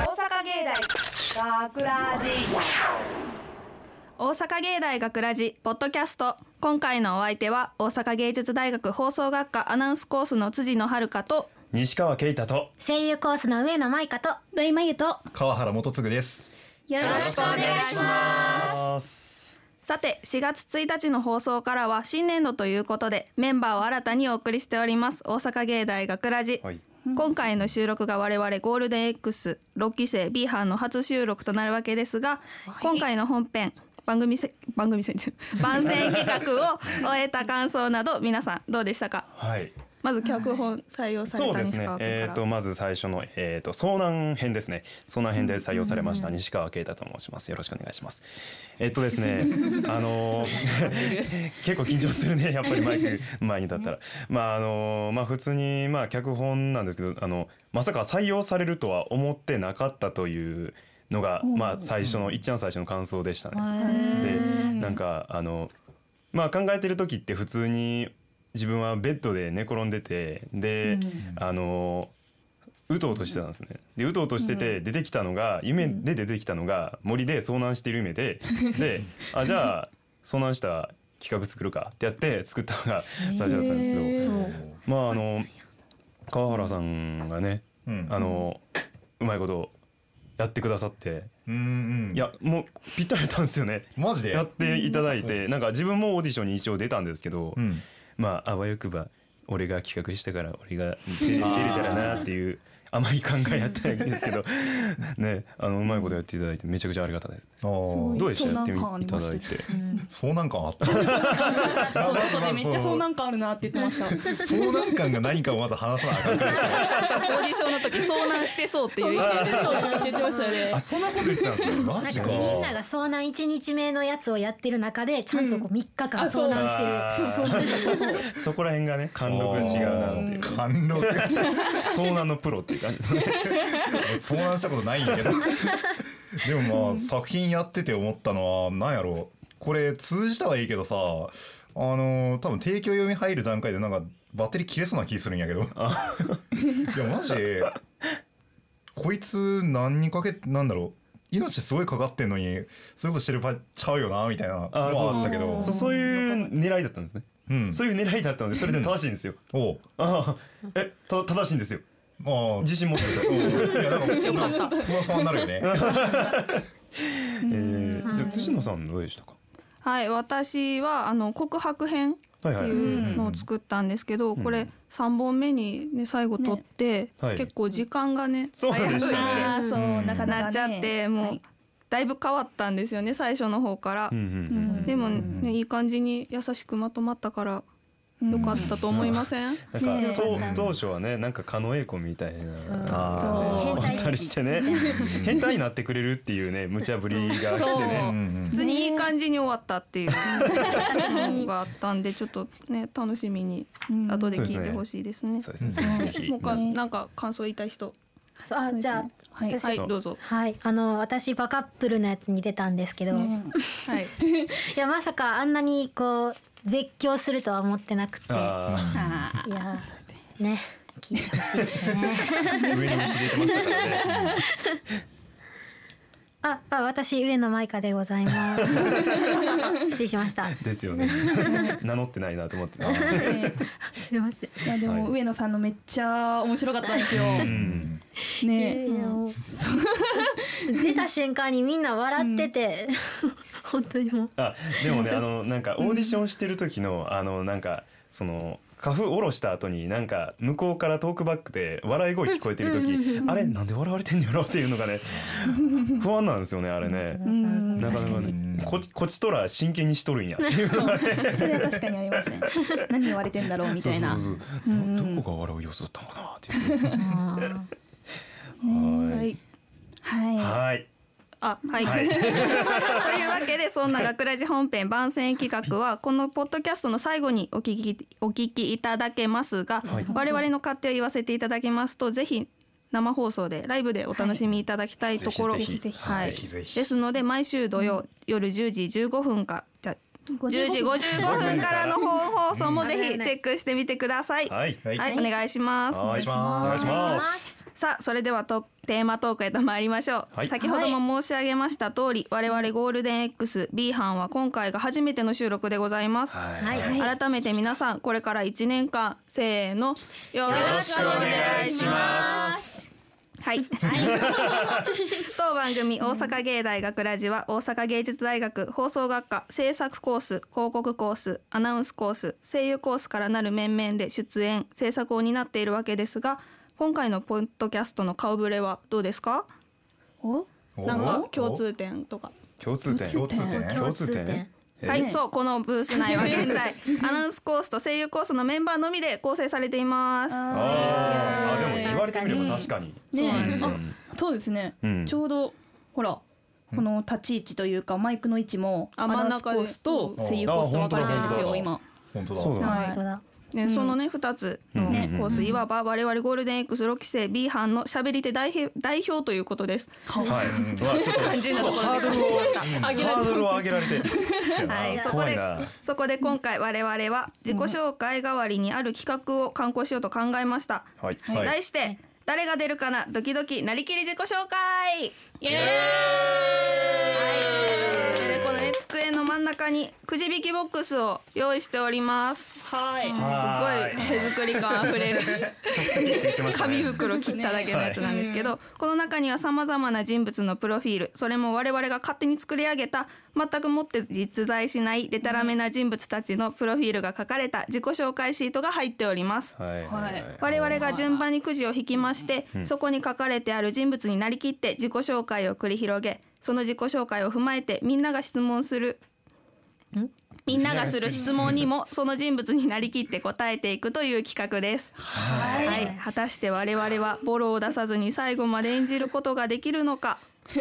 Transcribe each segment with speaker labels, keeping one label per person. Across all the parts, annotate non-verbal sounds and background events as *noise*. Speaker 1: 大学ラジ
Speaker 2: 大阪芸大学ラジポッドキャスト今回のお相手は大阪芸術大学放送学科アナウンスコースの辻野遥と
Speaker 3: 西川圭太と
Speaker 4: 声優コースの上野舞香と
Speaker 5: 土井真由と
Speaker 6: 川原元次です
Speaker 5: よろしくお願いします
Speaker 3: す
Speaker 2: さて4月1日の放送からは新年度ということでメンバーを新たにお送りしております大阪芸大学ラジ、
Speaker 3: はい
Speaker 2: 今回の収録が我々ゴールデン X6 期生 B 班の初収録となるわけですが、今回の本編番組せ番組宣番宣企画を *laughs* 終えた感想など皆さんどうでしたか
Speaker 3: はい
Speaker 2: まず脚本採用され
Speaker 3: そう
Speaker 2: た
Speaker 3: で
Speaker 2: 西
Speaker 3: すね
Speaker 2: 川君から、
Speaker 3: えっ、とまず最初のえっ、と遭難編ですね遭難編で採用されました、西川圭太と申しますよろしくお願いしますえっ、とです *laughs* ねあの *laughs* ー結構緊張する *laughs* ねやっぱりマイク前に立ったら、まああのーまあ普通にまあ脚本なんですけどあのまさか採用されるとは思ってなかったというのがまあ最初の一番最初の感想でしたね、でなんかあのまあ考えてる時って普通に自分はベッドで寝転んでてで、あのうとうとしてたんですねでうとうとしてて出てきたのが夢で出てきたのが森で遭難してる夢でであじゃあ遭難した企画作るかってやって作ったのが最初だったんですけど、まああの川原さんがね
Speaker 6: うん
Speaker 3: あのうまいことやってくださって
Speaker 6: うんうん
Speaker 3: いやもうぴったりだったんですよね。
Speaker 6: マジで
Speaker 3: やっていただいてなんか自分もオーディションに一応出たんですけど、
Speaker 6: うん
Speaker 3: まああわよくば俺が企画したから俺が出出れたらなっていう甘い考えやったんですけどねあのうまいことやっていただいてめちゃくちゃありがたいです。
Speaker 6: あー
Speaker 3: どうでしたやってみ
Speaker 5: そうなんか
Speaker 3: い
Speaker 5: あり
Speaker 3: た
Speaker 5: まし
Speaker 3: だ
Speaker 5: た
Speaker 3: いて。
Speaker 6: 遭難感あった遭
Speaker 5: そう後でめっちゃ遭難感あるなって言ってました
Speaker 6: 難感が何かをまだ話さなあかんから
Speaker 2: オーディションの時遭難してそうっていう意見で
Speaker 5: 言ってましたね
Speaker 6: あそんなこと言ってたんですねマ
Speaker 4: なん
Speaker 6: ジ
Speaker 4: か
Speaker 6: か
Speaker 4: みんなが遭難一日目のやつをやってる中でちゃんとこう3日間
Speaker 5: あそ
Speaker 4: 遭
Speaker 5: う
Speaker 4: 難してる、
Speaker 3: あーそこら辺がね貫禄が違うなっていう
Speaker 6: 貫禄
Speaker 3: 遭難のプロっていう感じ
Speaker 6: 遭難したことないんやけどでもまあ作品やってて思ったのはなんやろうこれ通じたはいいけどさあのー多分提供読み入る段階でなんかバッテリー切れそうな気するんやけどい *laughs* やマジでこいつ何にかけなんだろう命すごいかかってんのにそういうことしてる場合ちゃうよなみたいなの
Speaker 3: あーそう
Speaker 6: はあったけど
Speaker 3: そうそういう狙いだったんですね。
Speaker 6: うん
Speaker 3: そういう狙いだったのでそれで正しいんですよ。
Speaker 6: おう
Speaker 3: ああえた正しいんですよ。
Speaker 6: あー
Speaker 3: 自信持ってるから。
Speaker 6: いやなんかふわふわになるよね
Speaker 3: えー、じゃあ辻野さんどうでしたか。
Speaker 2: はい私はあの告白編って
Speaker 3: はいはい
Speaker 2: いうのを作ったんですけど、これ3本目にね最後撮って、
Speaker 3: はい
Speaker 2: 結構時間がね、
Speaker 3: そうでしたね。
Speaker 5: あーそうなかなかね
Speaker 2: なっちゃってもうだいぶ変わったんですよね最初の方から
Speaker 3: うんう、ん
Speaker 2: でもねいい感じに優しくまとまったから良かったと思いません、
Speaker 3: うん。なん
Speaker 5: ね
Speaker 3: か
Speaker 5: え
Speaker 3: 当当初はねなんか狩野英孝みたいな
Speaker 6: あー
Speaker 3: 思ったりしてね変態になってくれるっていうね無茶ぶりが来て
Speaker 6: う
Speaker 3: ね。
Speaker 6: んうん
Speaker 2: 普通にいい感じに終わったっていうのがあったんでちょっとね楽しみに後で聞いてほしいですね
Speaker 3: そうですね。ぜひぜひ。
Speaker 2: 他なんか感想言いたい人
Speaker 4: そうあじゃあ
Speaker 5: はい
Speaker 4: 私、
Speaker 2: は
Speaker 4: はいい
Speaker 2: どうぞ
Speaker 4: あの私バカップルのやつに出たんですけど、い
Speaker 2: はい
Speaker 4: やまさかあんなにこう絶叫するとは思ってなくていや
Speaker 3: あ
Speaker 5: *laughs*
Speaker 4: ーね聞いてほしいですね
Speaker 3: あ上に知れてましたからね。
Speaker 4: ああ私上野舞香でござい *laughs* ます失礼しました
Speaker 3: ですよ *laughs* ね。名乗ってないなと思って。
Speaker 4: すいません
Speaker 5: いやでも上野さんのめっちゃ面白かったんですよ
Speaker 3: うん。
Speaker 5: ね
Speaker 4: いやもう出た瞬間にみんな笑ってて、本当にもう
Speaker 3: あでもねあのなんかオーディションしてる時のあのなんかその花粉下ろした後になんか向こうからトークバックで笑い声聞こえてる時あれなんで笑われてんのやろっていうのがね不安なんですよねあれね。
Speaker 5: うん
Speaker 3: なかなかねここっちとら真剣にしとるんやっていうのがね
Speaker 5: それは確かにありましたね何言われてんだろうみたいな
Speaker 3: そうそうそうどどこが笑う様子だったのかなっていう
Speaker 2: はい
Speaker 5: は
Speaker 3: はい
Speaker 2: あはい、
Speaker 3: は
Speaker 2: *laughs*
Speaker 3: い
Speaker 2: というわけでそんな学ラジ本編番宣企画はこのポッドキャストの最後にお聞きお聞きいただけますが、
Speaker 3: はい
Speaker 2: 我々の勝手を言わせていただきますとぜひ生放送でライブでお楽しみいただきたいところ、
Speaker 3: はいぜひ
Speaker 5: ぜひ
Speaker 2: はい
Speaker 6: ぜひぜひ
Speaker 2: ですので毎週土曜、夜10時15分かじゃ10
Speaker 5: 10
Speaker 2: 時55分からの本放送もぜひチェックしてみてください。
Speaker 3: はい
Speaker 2: はい、お願いします。
Speaker 3: お願いしますお願いします。
Speaker 2: さあそれではとテーマトークへと参りましょう、
Speaker 3: はい
Speaker 2: 先ほども申し上げました通り、我々ゴールデン XB 班は今回が初めての収録でございます、
Speaker 3: はい
Speaker 4: はい
Speaker 2: 改めて皆さんこれから1年間せーのよろしくお願いしますはい、当番組大阪芸大学ラジは大阪芸術大学放送学科制作コース広告コースアナウンスコース声優コースからなる面々で出演制作を担っているわけですが今回のポッドキャストの顔ぶれはどうですか
Speaker 5: お
Speaker 2: なんか共通点とか
Speaker 3: 共通点
Speaker 6: 共通点
Speaker 3: 共通
Speaker 4: 共通点
Speaker 3: 点えー
Speaker 2: はい、そうこのブース内は現
Speaker 3: *laughs*
Speaker 2: 在アナウンスコースと声優コースのメンバーのみで構成されています。
Speaker 3: あーあでも言われてみれば確
Speaker 4: 確
Speaker 3: かに
Speaker 5: ねえ
Speaker 3: う
Speaker 5: あ
Speaker 3: ん
Speaker 5: そうですね、
Speaker 3: うん
Speaker 5: ちょうどほらこの立ち位置というかマイクの位置も
Speaker 2: あ
Speaker 5: アナウンスコ
Speaker 2: 真ん中で
Speaker 5: ースと声優コースと分かれてるんです
Speaker 4: あ
Speaker 3: 本
Speaker 5: よ
Speaker 3: 当だ
Speaker 5: 今
Speaker 6: 本当だ
Speaker 3: そうだね
Speaker 5: はい
Speaker 4: 本当だ
Speaker 2: ね
Speaker 5: ん
Speaker 2: そのね2つのコ
Speaker 3: ね
Speaker 2: ース、いわば我々ゴールデン X6 期生 B 班のしゃべり手代表代表ということです。
Speaker 3: はい、うわちょっと
Speaker 2: 肝心なところ
Speaker 3: ハードルをハードルを上げられて
Speaker 2: はい、そこ
Speaker 3: 怖い
Speaker 2: で
Speaker 3: な
Speaker 2: そこで今回我々は自己紹介代わりにある企画を刊行しようと考えました。
Speaker 3: はい
Speaker 6: はい
Speaker 2: 題して誰が出るかなドキドキなりきり自己紹介イエーイはい、でこのね机の真ん中にくじ引きボックスを用意しておりますはい
Speaker 3: はーい
Speaker 2: すごい手作り感あふれる
Speaker 3: 言ってました
Speaker 2: 紙
Speaker 3: ね
Speaker 2: 袋切っただけのやつなんですけど、この中にはさまざまな人物のプロフィールそれも我々が勝手に作り上げた全くもって実在しないでたらめな人物たちのプロフィールが書かれた自己紹介シートが入っております。
Speaker 3: はいはいはい
Speaker 2: 我々が順番にくじを引きまして、そこに書かれてある人物になりきって自己紹介を繰り広げその自己紹介を踏まえてみんなが質問するみんながする質問にもその人物になりきって答えていくという企画です。はい、果たして我々はボロを出さずに最後まで演じることができるのか。
Speaker 6: い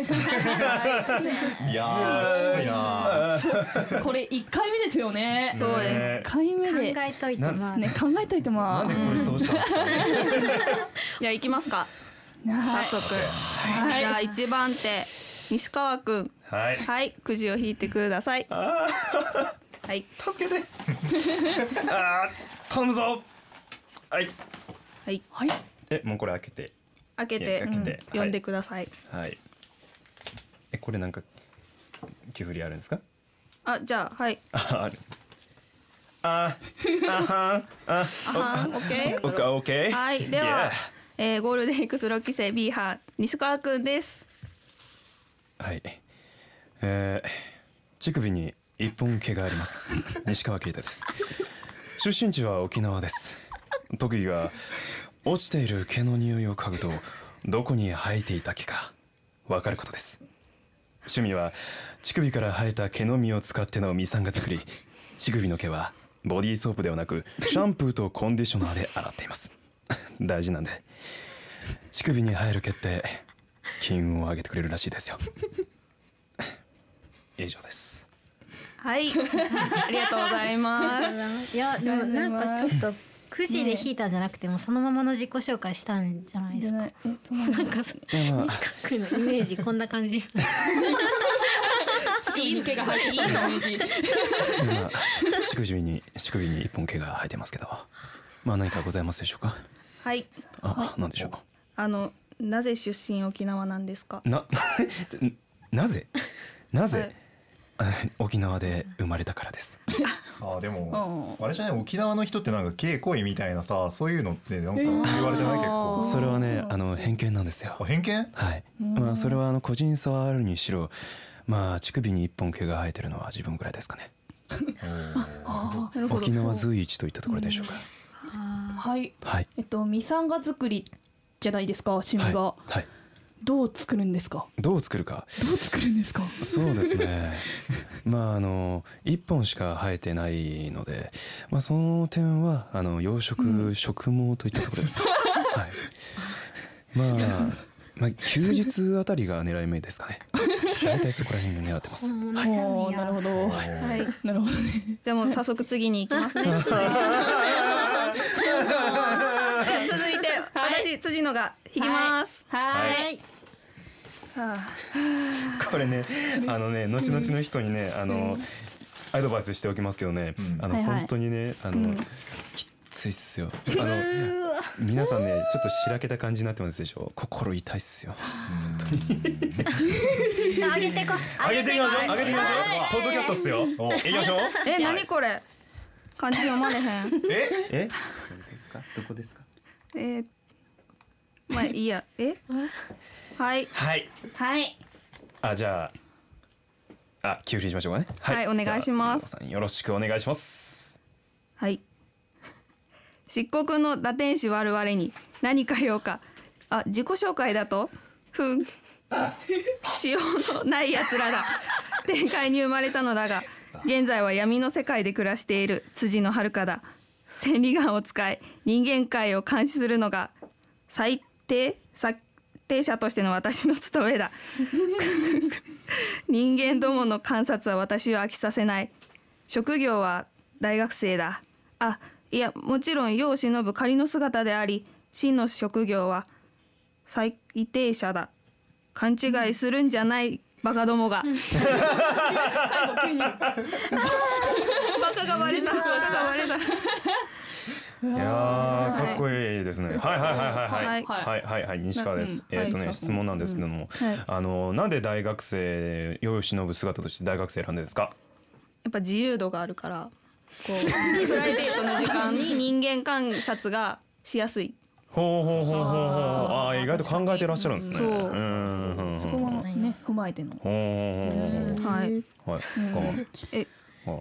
Speaker 6: やーきついな
Speaker 5: これ1回目ですよね
Speaker 3: そうです
Speaker 5: 1回目
Speaker 4: 考
Speaker 5: で、
Speaker 4: えといてまあ
Speaker 5: ね、考えといて
Speaker 3: な
Speaker 5: ま
Speaker 3: んでこれどうしたんです *laughs* か
Speaker 2: じゃあ行きますか。
Speaker 5: すは
Speaker 2: 早
Speaker 5: い
Speaker 2: 速。じゃあ一番手西川くん。
Speaker 3: はい
Speaker 2: はい、くじを引いてください。はい。
Speaker 3: 助け *laughs* てあー頼むぞはい
Speaker 2: はい、
Speaker 5: はい
Speaker 3: えもうこれ開けて
Speaker 2: 開け
Speaker 3: 開
Speaker 2: て
Speaker 3: けて
Speaker 2: 読んでください。
Speaker 3: はいえこれなんかキュフリあるんですか
Speaker 2: あ、じゃあはい。
Speaker 3: ああるあーあは *laughs* んあ
Speaker 2: あはん、オッケー。
Speaker 3: オッケーオッケー
Speaker 2: はい、では、えーゴールデン X6 期生 B 班西川くんです。
Speaker 3: はい。えー、乳首に一本毛があります。西川圭太です。出身地は沖縄です。特技は落ちている毛の匂いを嗅ぐとどこに生えていた毛かわかることです。趣味は乳首から生えた毛の実を使ってのミサンガ作り。乳首の毛はボディーソープではなくシャンプーとコンディショナーで洗っています。大事なんで乳首に生える毛って金運を上げてくれるらしいですよ。以上です。
Speaker 5: *laughs*
Speaker 2: はい、ありがとうございます。
Speaker 4: いやでもなんかちょっとくじで引いたんじゃなくてもうそのままの自己紹介したんじゃないですか
Speaker 5: ね
Speaker 4: なんかそ
Speaker 3: まあ
Speaker 4: 君のイメージこんな感じ
Speaker 5: いい毛が入って
Speaker 3: 今乳首に乳首に一本毛が生えてますけど、まあ何かございますでしょうか。
Speaker 2: はい、
Speaker 3: あ、なんでしょ
Speaker 2: あのなぜ出身沖縄なんですか
Speaker 3: う。。な *laughs* ちょなぜな
Speaker 2: は
Speaker 3: ぜ
Speaker 2: い、
Speaker 3: 沖縄で生まれたからです。
Speaker 6: あーでもあれじゃない沖縄の人ってなんか稽古医みたいなさそういうのってなんか言われてない結構
Speaker 3: それは
Speaker 5: そう
Speaker 3: ね
Speaker 5: なんですね
Speaker 3: あの偏見なんですよ
Speaker 6: あ。偏見
Speaker 3: はい。まあそれはあの個人差はあるにしろ、まあ乳首に一本毛が生えてるのは自分ぐらいですかね。
Speaker 2: なるほど
Speaker 3: 沖縄随一といったところでしょうか。
Speaker 5: はい
Speaker 3: はい。
Speaker 5: えっとミサンガ作りじゃないですか趣
Speaker 3: は
Speaker 5: 味
Speaker 3: い。
Speaker 5: が、
Speaker 3: はい。
Speaker 5: どう作るんですか
Speaker 3: どう作るか。
Speaker 5: どう作るんですか
Speaker 3: そうですね *laughs* まああの1本しか生えてないので、まあ、その点はあの養殖植毛といったところですか、
Speaker 4: *laughs*
Speaker 3: はいまあ、まあ休日あたりが狙い目ですかね大体そこら辺に狙ってます
Speaker 4: もう
Speaker 5: お
Speaker 4: なっちゃうんや
Speaker 5: ーなるほど
Speaker 2: はい、
Speaker 5: なるほどね
Speaker 2: じゃあもう早速次に行き
Speaker 3: *laughs*
Speaker 2: ますね。続いて続いて私辻野が引きます。
Speaker 4: *laughs* はい
Speaker 2: はあ
Speaker 3: これねあのね後々の人にねあの、アドバイスしておきますけどね、
Speaker 6: ん
Speaker 3: あの、
Speaker 5: はいはい
Speaker 3: 本当にねあの、きついっすよあの皆さんねちょっとしらけた感じになってますでしょ心痛いっすよ
Speaker 4: 上げてこ
Speaker 3: 上げていきましょう上げていきましょ
Speaker 4: は
Speaker 3: うポッドキャストっすよ
Speaker 6: お
Speaker 3: いきましょう
Speaker 2: え何これ漢字読まれへん
Speaker 6: え
Speaker 3: え
Speaker 7: どこですかどこですか
Speaker 2: えーまあいいやえはい
Speaker 3: はい
Speaker 5: はい。
Speaker 3: あじゃああ給付しましょうかね
Speaker 2: はいお願いします
Speaker 3: じゃあ杉野さんよろしくお願いします
Speaker 2: はい *laughs* 漆黒の打天使我々に何か用かあ自己紹介だとふんしようのない奴らだ *laughs* 天界に生まれたのだが現在は闇の世界で暮らしている辻の遥だ千里眼を使い人間界を監視するのが最低策定者としての私の務 *laughs* めだ人間どもの観察は私を飽きさせない職業は大学生だあいやもちろん世を忍ぶ仮の姿であり真の職業は最低者だ勘違いするんじゃないバカどもが
Speaker 5: 最後急
Speaker 2: *laughs*
Speaker 5: に。
Speaker 2: バカが割れたバカが割れた
Speaker 3: いやーかっこいいですねはいはいはいはい
Speaker 5: はい
Speaker 3: はいはいはいはい西川です
Speaker 5: うん
Speaker 3: えっと
Speaker 5: は
Speaker 3: ね
Speaker 5: い
Speaker 3: 質問なんですけども
Speaker 2: はいや
Speaker 3: あのなんで大学生世を忍ぶ姿として大学生選んでですか
Speaker 2: っぱ自由度があるからこうプライベートの時間に人間観察がしやすい
Speaker 3: ほうほうほうほうほうあー意外と考えてらっしゃるんですね
Speaker 2: そう
Speaker 3: うんうんうんうん
Speaker 5: そこはね踏まえての。
Speaker 3: ほうほうほうほう
Speaker 4: う
Speaker 2: はい
Speaker 3: はい。
Speaker 2: え
Speaker 3: はい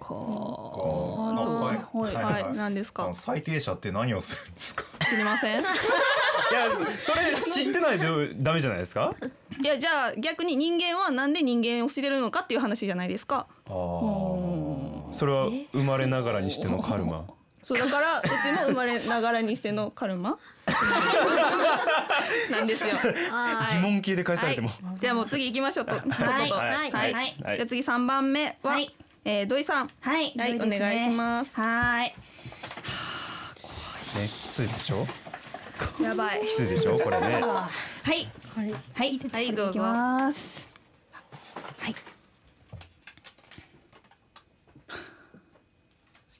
Speaker 6: あ
Speaker 5: こ
Speaker 6: はい
Speaker 5: はい
Speaker 6: はい
Speaker 2: はい何です
Speaker 6: あ
Speaker 2: か
Speaker 6: の最低者って何をするんですか
Speaker 2: 知りませんい
Speaker 3: いや、そそれ知ってないとダメじゃないですか。
Speaker 2: やじゃあ逆に人間はなんで人間を知れるのかっていう話じゃないですか
Speaker 6: あー
Speaker 3: それは生まれながらにしてのカルマ。
Speaker 2: そうだ
Speaker 5: *laughs*
Speaker 2: からうちも生まれながらにしてのカルマなんですよ
Speaker 4: あ
Speaker 3: 疑問形で返されても。
Speaker 2: はい、じゃあもう次行きましょうと。とっとと
Speaker 5: はい
Speaker 2: は
Speaker 5: はいい
Speaker 2: はい
Speaker 5: はい
Speaker 2: じゃあ次三番目は、
Speaker 5: はい
Speaker 2: えー土井さん。
Speaker 5: はい
Speaker 2: はい
Speaker 5: 良ですね
Speaker 2: お願いします
Speaker 5: はい。
Speaker 3: ね、きついでしょ
Speaker 2: やばい。
Speaker 3: きついでしょこれね。
Speaker 5: はい。はい。
Speaker 2: *laughs* はいどう
Speaker 5: いき
Speaker 2: ぞ。
Speaker 5: ます。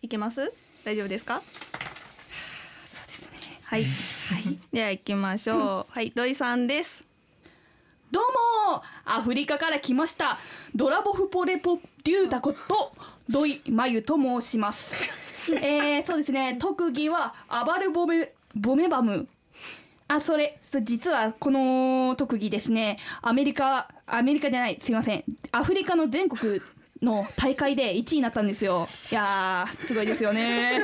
Speaker 2: いけます？大丈夫
Speaker 5: *sighs*
Speaker 2: ですか？はい、はい、では行きましょう。はい、土井さんです。
Speaker 5: どうもアフリカから来ましたドラボフポレポデュータこと土井真由と申します。えー、そうですね特技は暴れボメボメバムあそれそう実はこの特技ですねアメリカアメリカじゃないすいませんアフリカの全国の大会で1位になったんですよいやーすごいですよね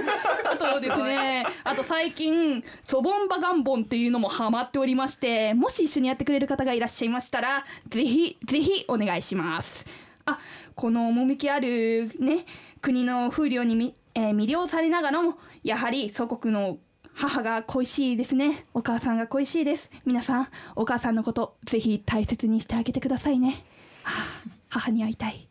Speaker 5: あとですねあと最近ソボンバガンボンっていうのもハマっておりましてもし一緒にやってくれる方がいらっしゃいましたらぜひぜひお願いしますあこの趣あるね国の風流にみ、えー魅了されながらもやはり祖国の母が恋しいですねお母さんが恋しいです皆さんお母さんのことぜひ大切にしてあげてくださいね、 *laughs* はあ、母に会いたい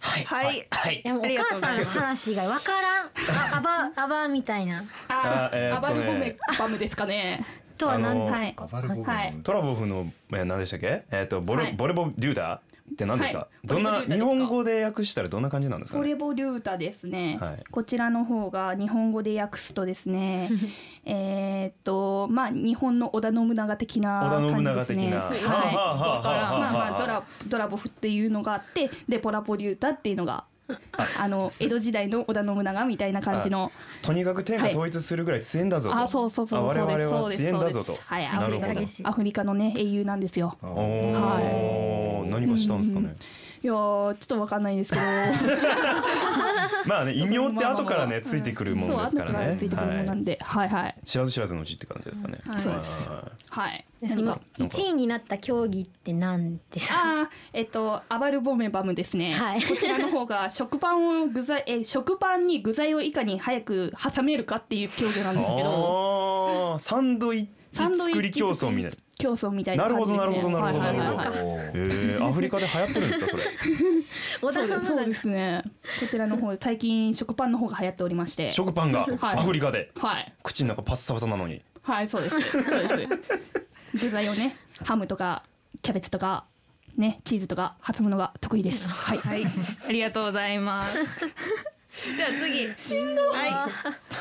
Speaker 7: はい
Speaker 2: はい
Speaker 7: はい
Speaker 4: でもお
Speaker 2: ありがと
Speaker 4: 母
Speaker 2: うござ
Speaker 4: さ
Speaker 2: い
Speaker 4: んの
Speaker 2: ます
Speaker 4: 話以外わからんあアバアバみたいな
Speaker 3: あえーっと
Speaker 5: アバ
Speaker 3: ね
Speaker 5: ルボメバムですかね
Speaker 4: とは何
Speaker 3: あの
Speaker 4: は
Speaker 5: はいい
Speaker 6: アバルボブ
Speaker 5: はい
Speaker 3: トラボフの、え、何でしたっけ。えっと、ボ
Speaker 5: は
Speaker 3: レ、
Speaker 5: い
Speaker 3: ボレボデューダーって何ですか
Speaker 5: は。い
Speaker 3: どんな、
Speaker 5: ボレボデ
Speaker 3: 日
Speaker 5: ューダですか
Speaker 3: 本語で訳したら、どんな感じなんですか
Speaker 5: ポ
Speaker 3: ね。
Speaker 5: レボリュータですね、
Speaker 3: はい
Speaker 5: こちらの方が日本語で訳すとで
Speaker 3: *laughs*
Speaker 5: すねえーっとまあ日本の織田信長的
Speaker 3: 織
Speaker 5: な
Speaker 3: 田信
Speaker 5: 感じ
Speaker 3: 長
Speaker 5: です
Speaker 3: 的
Speaker 5: ね
Speaker 3: な。
Speaker 5: はい
Speaker 3: あはあはあはあ
Speaker 5: まあ
Speaker 3: はあ
Speaker 5: まあドラドラボフっていうのがあってでポラポリュータっていうのがあの江戸時代の織田信長みたいな感じの
Speaker 3: とにかく天下統一するぐらい強いんだぞと。
Speaker 5: あそうそうそう
Speaker 3: あ
Speaker 5: そう
Speaker 3: 我
Speaker 5: です
Speaker 3: 々
Speaker 5: そ
Speaker 3: は
Speaker 5: うです
Speaker 3: 強いん
Speaker 5: そう
Speaker 3: だ
Speaker 5: で
Speaker 3: ぞと
Speaker 5: す。はい
Speaker 4: な
Speaker 5: ア
Speaker 4: る
Speaker 5: フ
Speaker 4: ほ
Speaker 5: リ
Speaker 4: ど
Speaker 5: カのアフリカのね英雄なんですよ
Speaker 6: あー
Speaker 3: おお、何かしたんですかね。
Speaker 5: いやーちょっとわかんないですけど
Speaker 3: まあね、異名って後からね、ついてくるも
Speaker 5: そう
Speaker 3: のです
Speaker 5: 後
Speaker 3: か
Speaker 5: からら
Speaker 3: ね。
Speaker 5: ついてくるものなんではいはい
Speaker 3: い。知らず知らずのうちって感じですかね。
Speaker 2: はいそう
Speaker 5: です
Speaker 3: は
Speaker 5: はい
Speaker 4: でそ
Speaker 5: 何
Speaker 4: の
Speaker 5: が
Speaker 4: 1位になった競技って何ですか
Speaker 5: あーえっとアバルボメバムですね、
Speaker 4: はい
Speaker 5: こちらの方が食パンを具材え食パンに具材をいかに早く挟めるかっていう競技なん
Speaker 3: い
Speaker 5: ですけど
Speaker 3: ああ、サンドイ
Speaker 5: サ
Speaker 3: ッ
Speaker 5: ン
Speaker 3: チ
Speaker 5: ドイッチ
Speaker 3: 作り競争みたいな。
Speaker 5: 競争みたいな感じですね
Speaker 3: なるほどなるほどなるほど
Speaker 5: はいはいはい
Speaker 3: なるほど
Speaker 6: おー
Speaker 3: ええ、アフリカで流行ってるんですか、それ。
Speaker 4: 織
Speaker 5: そう
Speaker 4: 田
Speaker 5: で
Speaker 4: *laughs*
Speaker 5: すそう
Speaker 4: 信
Speaker 5: ですねこちらの方最近食パンの方が流行っておりまして
Speaker 3: 食パンが
Speaker 5: はい
Speaker 3: アフリカで。
Speaker 5: はい
Speaker 3: 口の中パッサパサなのに。
Speaker 5: はいそうですそうです具材をねハムとかキャベツとかねチーズとか挟むのが得意ですは
Speaker 2: *laughs*
Speaker 5: い、
Speaker 2: はい、ありがとうございます。では次。しんどはい、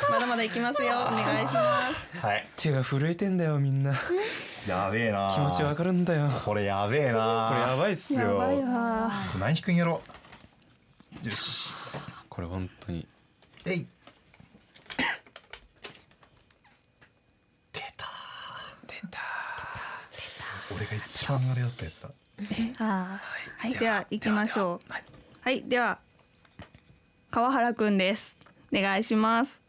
Speaker 2: まだまだいきますよ。お願いします。
Speaker 6: はい
Speaker 3: 手が震えてんだよみんな。
Speaker 6: やべえな
Speaker 3: 気持ちわか
Speaker 6: る
Speaker 3: るんだよ。こ
Speaker 6: これやべえな
Speaker 3: れやばいっすよ。
Speaker 6: これ何弾くんやろよし
Speaker 3: これ本当に。
Speaker 6: えい出た
Speaker 3: 出た。
Speaker 6: 俺が一番あれだったやつだ
Speaker 2: あ
Speaker 5: はい
Speaker 2: ーでは行きましょう。はい、では川原くんです。お願いします。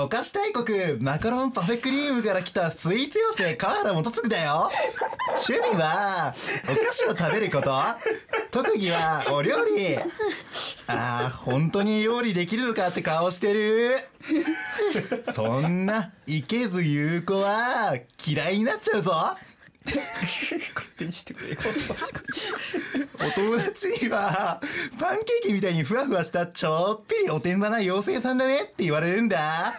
Speaker 6: お菓子大国マカロンパフェクリームから来たスイーツ妖精川原元次だよ趣味はお菓子を食べること特技はお料理あー本当に料理できるのかって顔してるそんなイケず言う子は嫌いになっちゃうぞ
Speaker 7: 勝手にしてくれよ。
Speaker 6: お友達にはパンケーキみたいにふわふわしたちょっぴりおてんばな妖精さんだねって言われるんだ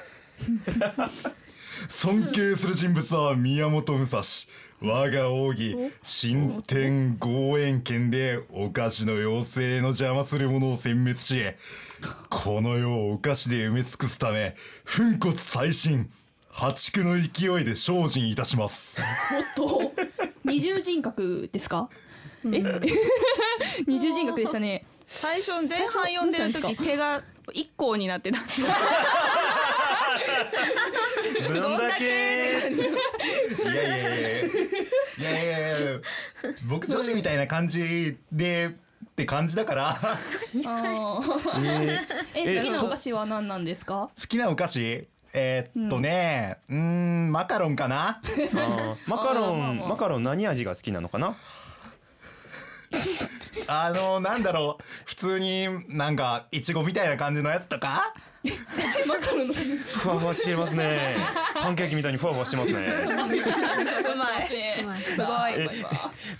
Speaker 6: 尊敬する人物は宮本武蔵我が奥義新天豪円圏でお菓子の妖精の邪魔する者を殲滅しこの世をお菓子で埋め尽くすため粉骨砕身破竹の勢いで精進いたします
Speaker 5: と二重人格ですか？
Speaker 3: *laughs*
Speaker 5: え、二重人格でしたね。
Speaker 2: 最初前半読んでる
Speaker 5: どう
Speaker 2: 時
Speaker 5: した
Speaker 2: 手が一 *laughs* 行になってたんです。
Speaker 3: どんだけ。
Speaker 6: いやいやいやいやいやいやいや僕女子みたいな感じでって感じだから
Speaker 5: あ
Speaker 3: え
Speaker 5: ー
Speaker 3: ー
Speaker 5: え、
Speaker 3: え
Speaker 5: 好きなお菓子は何なんですか？
Speaker 6: 好きなお菓子えーっとねうーんマカロンか
Speaker 3: あ
Speaker 6: な
Speaker 3: ーマカロ
Speaker 5: まあ
Speaker 3: ン
Speaker 5: まあ
Speaker 3: マカロン何味が好きなのかな。
Speaker 6: あのなんだろう普通になんかいちごみたいな感じのやつとか
Speaker 5: マカロンの
Speaker 3: ふわふわしてます *laughs* ね。パンケーキみたいにふわふわしてますね。
Speaker 2: うまい。
Speaker 4: まい
Speaker 2: すごい。
Speaker 3: え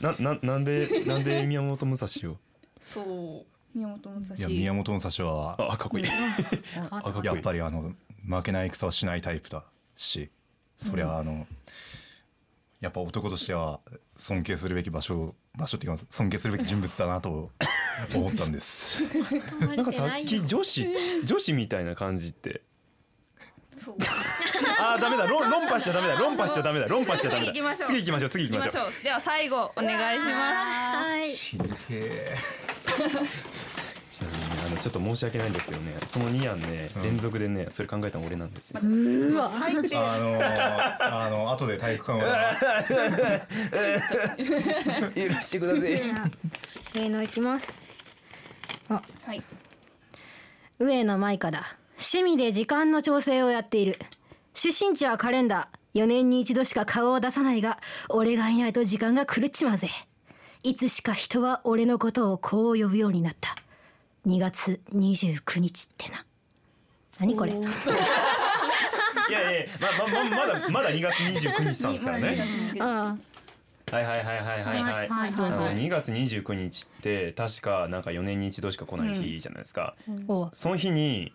Speaker 3: なななんでなんで宮本武蔵を。
Speaker 5: そう宮本武蔵。
Speaker 6: いや宮本武蔵は
Speaker 3: あかっこいい。あかっこいい。
Speaker 6: やっぱりあの負けない戦はしないタイプだしそりゃあの、やっぱ男としては尊敬するべき場所場所っていうか尊敬するべき人物だなと思ったんです。
Speaker 3: なんかさっき女子女子みたいな感じって。そう。 *laughs* あーダメだ論論破しちゃダメだ論破しちゃダメだ論破しちゃダメだ。
Speaker 2: 次行きましょう
Speaker 3: 次行きましょう次行
Speaker 2: 行
Speaker 3: き
Speaker 2: き
Speaker 3: ま
Speaker 2: まし
Speaker 3: しょう。
Speaker 2: ょう。では最後お願いしま
Speaker 4: はい
Speaker 6: ちげえ
Speaker 3: ちなみにねあのちょっと申し訳ないんですけどねその2案ね連続でねそれ考えたの俺なんですよ。
Speaker 4: うわ
Speaker 2: す。最低。
Speaker 6: あのー、あの後で体育館は
Speaker 7: 許してください。
Speaker 4: 上野行きます
Speaker 5: はい。
Speaker 4: 上野舞香だ趣味で時間の調整をやっている出身地はカレンダー4年に一度しか顔を出さないが俺がいないと時間が狂っちまうぜいつしか人は俺のことをこう呼ぶようになった2月29日ってな何これ
Speaker 3: いやいやいやまままま *laughs* だまだ2月29日さんですからね。
Speaker 4: あ
Speaker 3: はいはいはいはいはいはい。
Speaker 4: はい
Speaker 3: あ
Speaker 4: はい
Speaker 3: の2月29日って確かなんか4年に一度しか来ない日じゃないですか。
Speaker 4: おう
Speaker 3: その日に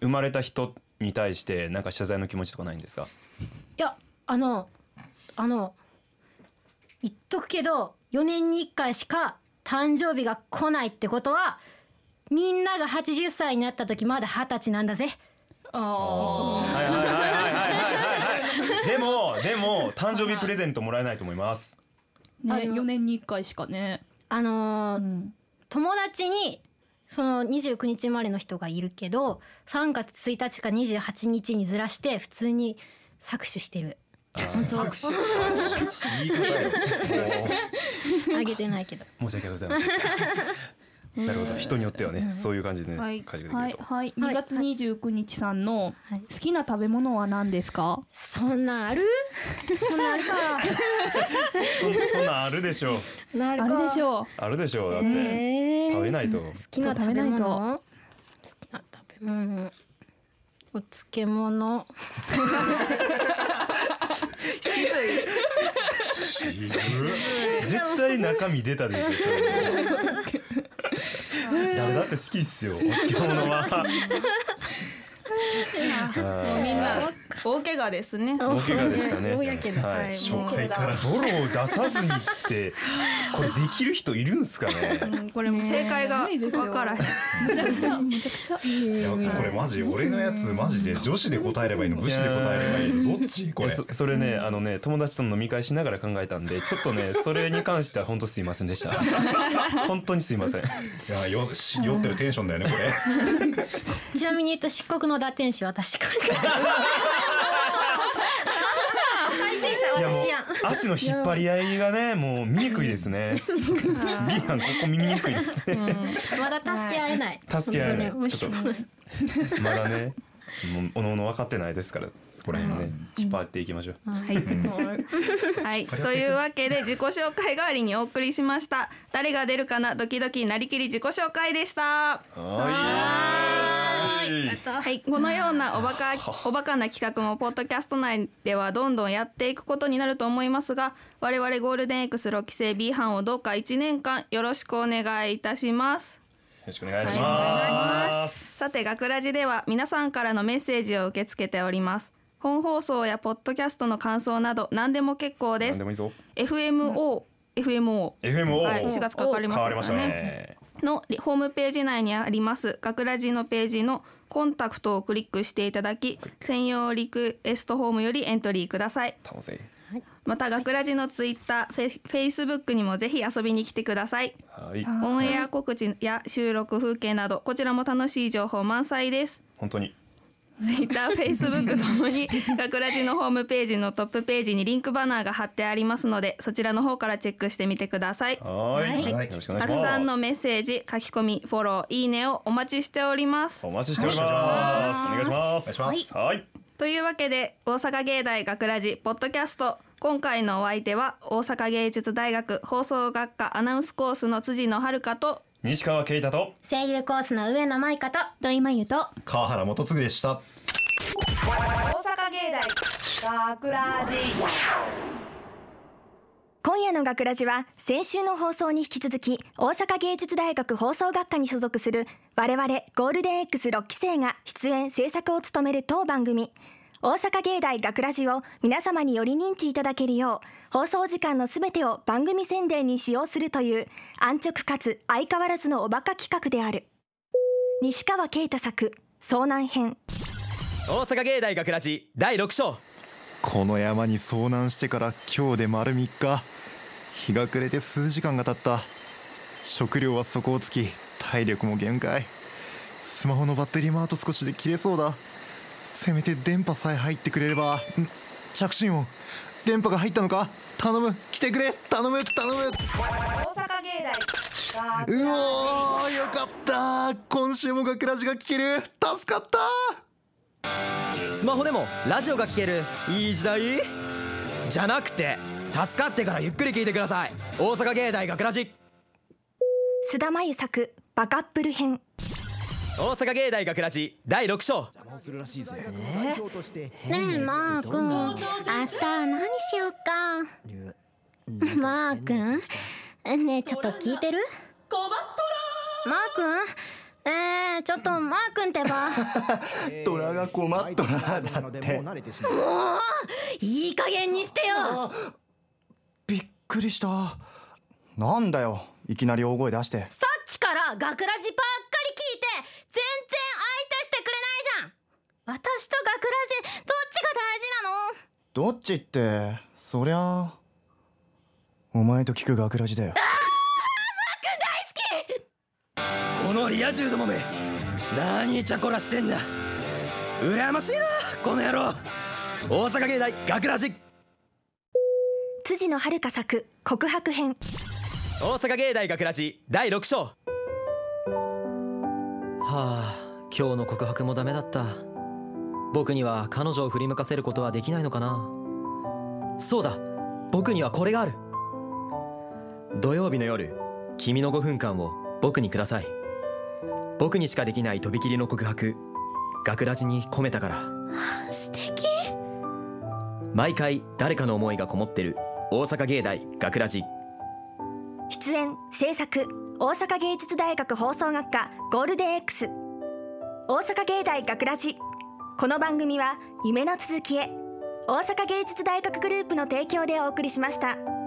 Speaker 3: 生まれた人に対してなんか謝罪の気持ちとかないんですか。
Speaker 4: いやあのあの言っとくけど4年に1回しか誕生日が来ないってことはみんなが80歳になった時まだ20歳なんだぜ
Speaker 5: あ
Speaker 3: はいはいはいはいはいはい。でもでも誕生日プレゼントもらえないと思います。
Speaker 5: あ。
Speaker 4: あ
Speaker 5: ね
Speaker 4: の
Speaker 5: 四年に一回しかね。
Speaker 4: あのー
Speaker 5: ん。
Speaker 4: 友達にその29日生まれの人がいるけど3月1日か28日にずらして普通に搾取してる
Speaker 6: 握手言い方よ
Speaker 4: あげてないけど
Speaker 3: 申し訳ございません。なるほど人によってはねそういう感じでね
Speaker 2: はい
Speaker 3: 解釈でき
Speaker 5: は
Speaker 3: る
Speaker 5: い
Speaker 3: と。
Speaker 5: はい。二月二十九日さんの
Speaker 4: はい
Speaker 5: 好きな食べ物は何ですか？
Speaker 4: そんなんあるそんなんあるか
Speaker 3: そんそんなんあるでしょう
Speaker 4: な
Speaker 5: あるでし
Speaker 4: う
Speaker 5: ょう。
Speaker 3: あるでしょうだっ
Speaker 4: え
Speaker 3: て
Speaker 4: ー
Speaker 3: 食べないと。
Speaker 4: 好きな食べ
Speaker 5: そう食べないと
Speaker 4: 物好きな食べ物お漬物
Speaker 8: *laughs*
Speaker 3: 絶対中身出たでしょ。それ誰だって好きっすよ。お漬物は。
Speaker 2: もうみんな大怪我ですね。
Speaker 3: 大怪我でしたね。
Speaker 4: 大やけど
Speaker 3: は
Speaker 2: はい
Speaker 3: い、
Speaker 2: もう
Speaker 3: 初回からボロを出さずにって、これできる人いるんですかね。
Speaker 2: うんこれも正解がわからへん。
Speaker 5: むちゃくちゃむちゃくちゃ
Speaker 6: いやこれマジ俺のやつマジで女子で答えればいいの武士で答えればいいのどっちこ
Speaker 3: い
Speaker 6: れ
Speaker 3: やそそれね、あのね友達との飲み会しながら考えたんでちょっとねそれに関しては本当すいませんでした
Speaker 2: *laughs*
Speaker 3: 本当にすいません
Speaker 6: いやよし酔ってるテンションだよね
Speaker 9: *laughs*
Speaker 6: こ
Speaker 4: ちなみに言うと漆黒の堕天使は私か最低
Speaker 3: い
Speaker 4: 者
Speaker 3: やもう
Speaker 4: 私やん
Speaker 3: 足の引っ張り合いがねもう見にくいですねビーハンここ見にくいですね
Speaker 4: まだ助け合えない
Speaker 3: 助け合えない
Speaker 4: 本当に
Speaker 3: ちょっまだねもうおのおの分かってないですからそこら辺ね引っ張っていきましょう
Speaker 2: はい、はい、というわけで自己紹介代わりにお送りしました。誰が出るかなドキドキなりきり自己紹介でした。
Speaker 3: はい
Speaker 2: はい、このようなおバカおバカな企画もポッドキャスト内ではどんどんやっていくことになると思いますが我々ゴールデン X6 期生 B 班をどうか1年間よろしくお願いいたします。
Speaker 3: よろしくお願いします。
Speaker 2: さて、学ラジでは皆さんからのメッセージを受け付けております。本放送やポッドキャストの感想など何でも結構で
Speaker 3: 何
Speaker 2: す
Speaker 3: で。もいいぞ。
Speaker 2: FMO、FMO、
Speaker 3: FM を
Speaker 2: はい、4
Speaker 3: 変
Speaker 2: 月かかりま
Speaker 3: わりま
Speaker 2: し
Speaker 3: したた
Speaker 2: からね。
Speaker 3: ね。
Speaker 2: のリホームページ内にあります学ラジのページのコンタクトをクリックしていただき専用リクエストフォームよりエントリーください
Speaker 3: 楽しい。
Speaker 2: また学ラジのツイッターフェイフェイスブックにもぜひ遊びに来てください
Speaker 3: はい。
Speaker 2: オンエア告知や収録風景などこちらも楽しい情報満載です
Speaker 3: 本当に。
Speaker 2: ツイッター、フェイスブックともに学ラジのホームページのトップページにリンクバナーが貼ってありますのでそちらの方からチェックしてみてください
Speaker 3: はい。よろしくお願いします。
Speaker 2: たくさんのメッセージ書き込みフォローいいねをお待ちしております
Speaker 3: お待ちしております。お願いします。
Speaker 6: お願いし
Speaker 3: はい。
Speaker 2: というわけで大阪芸大学ラジポッドキャスト今回のお相手は大阪芸術大学放送学科アナウンスコースの辻野遥と
Speaker 3: 西川圭太と。
Speaker 4: 声優コースの上野舞香と土井真由と
Speaker 6: 川原元次でした
Speaker 1: 大阪芸大学ラジ
Speaker 10: 今夜の学ラジは先週の放送に引き続き大阪芸術大学放送学科に所属する我々ゴールデン X6 期生が出演制作を務める当番組大阪芸大学ラジを皆様により認知いただけるよう放送時間のすべてを番組宣伝に使用するという安直かつ相変わらずのおバカ企画である西川圭太作遭難編
Speaker 11: 大阪芸大学ラジ第6章
Speaker 9: この山に遭難してから今日で丸3日日が暮れて数時間が経った食料は底をつき体力も限界スマホのバッテリーもあと少しで切れそうだせめて電波さえ入ってくれればん着信音電波が入ったのか頼む来てくれ頼む頼む
Speaker 1: 大阪芸大
Speaker 9: うおーよかった今週も学ラジが聞ける助かった
Speaker 11: スマホでもラジオが聴けるいい時代じゃなくて助かってからゆっくり聞いてください大阪芸大学ラジ
Speaker 10: 須田真由作バカップル編
Speaker 11: 大阪芸大学ラジ第6章
Speaker 8: ねえマー君明日何しよっかマー君ねえちょっと聞いてる困っとらマー君ええちょっとマー君って *laughs* ば
Speaker 9: トラが困っとらだって
Speaker 8: いい加減にしてよ
Speaker 9: びっくりしたなんだよいきなり大声出して
Speaker 8: さっきから学ラジばっかり聞いて全然相手してくれないじゃん私と学ラジどっちが大事なの
Speaker 9: どっちってそりゃお前と聞く学ラジだよ
Speaker 11: このリア充どもめ何チャコラしてんだ羨ましいなこの野郎大阪芸大学ラジ
Speaker 10: 辻野遥作告白編
Speaker 11: 大阪芸大学ラジ第6章はあ今日の告白もダメだった僕には彼女を振り向かせることはできないのかなそうだ僕にはこれがある土曜日の夜君の5分間を僕にください僕にしかできないとびきりの告白学ラジに込めたから
Speaker 8: 素敵
Speaker 11: 毎回誰かの思いがこもってる大阪芸大学ラジ
Speaker 10: 出演制作大阪芸術大学放送学科ゴールデン X 大阪芸大学ラジこの番組は夢の続きへ大阪芸術大学グループの提供でお送りしました。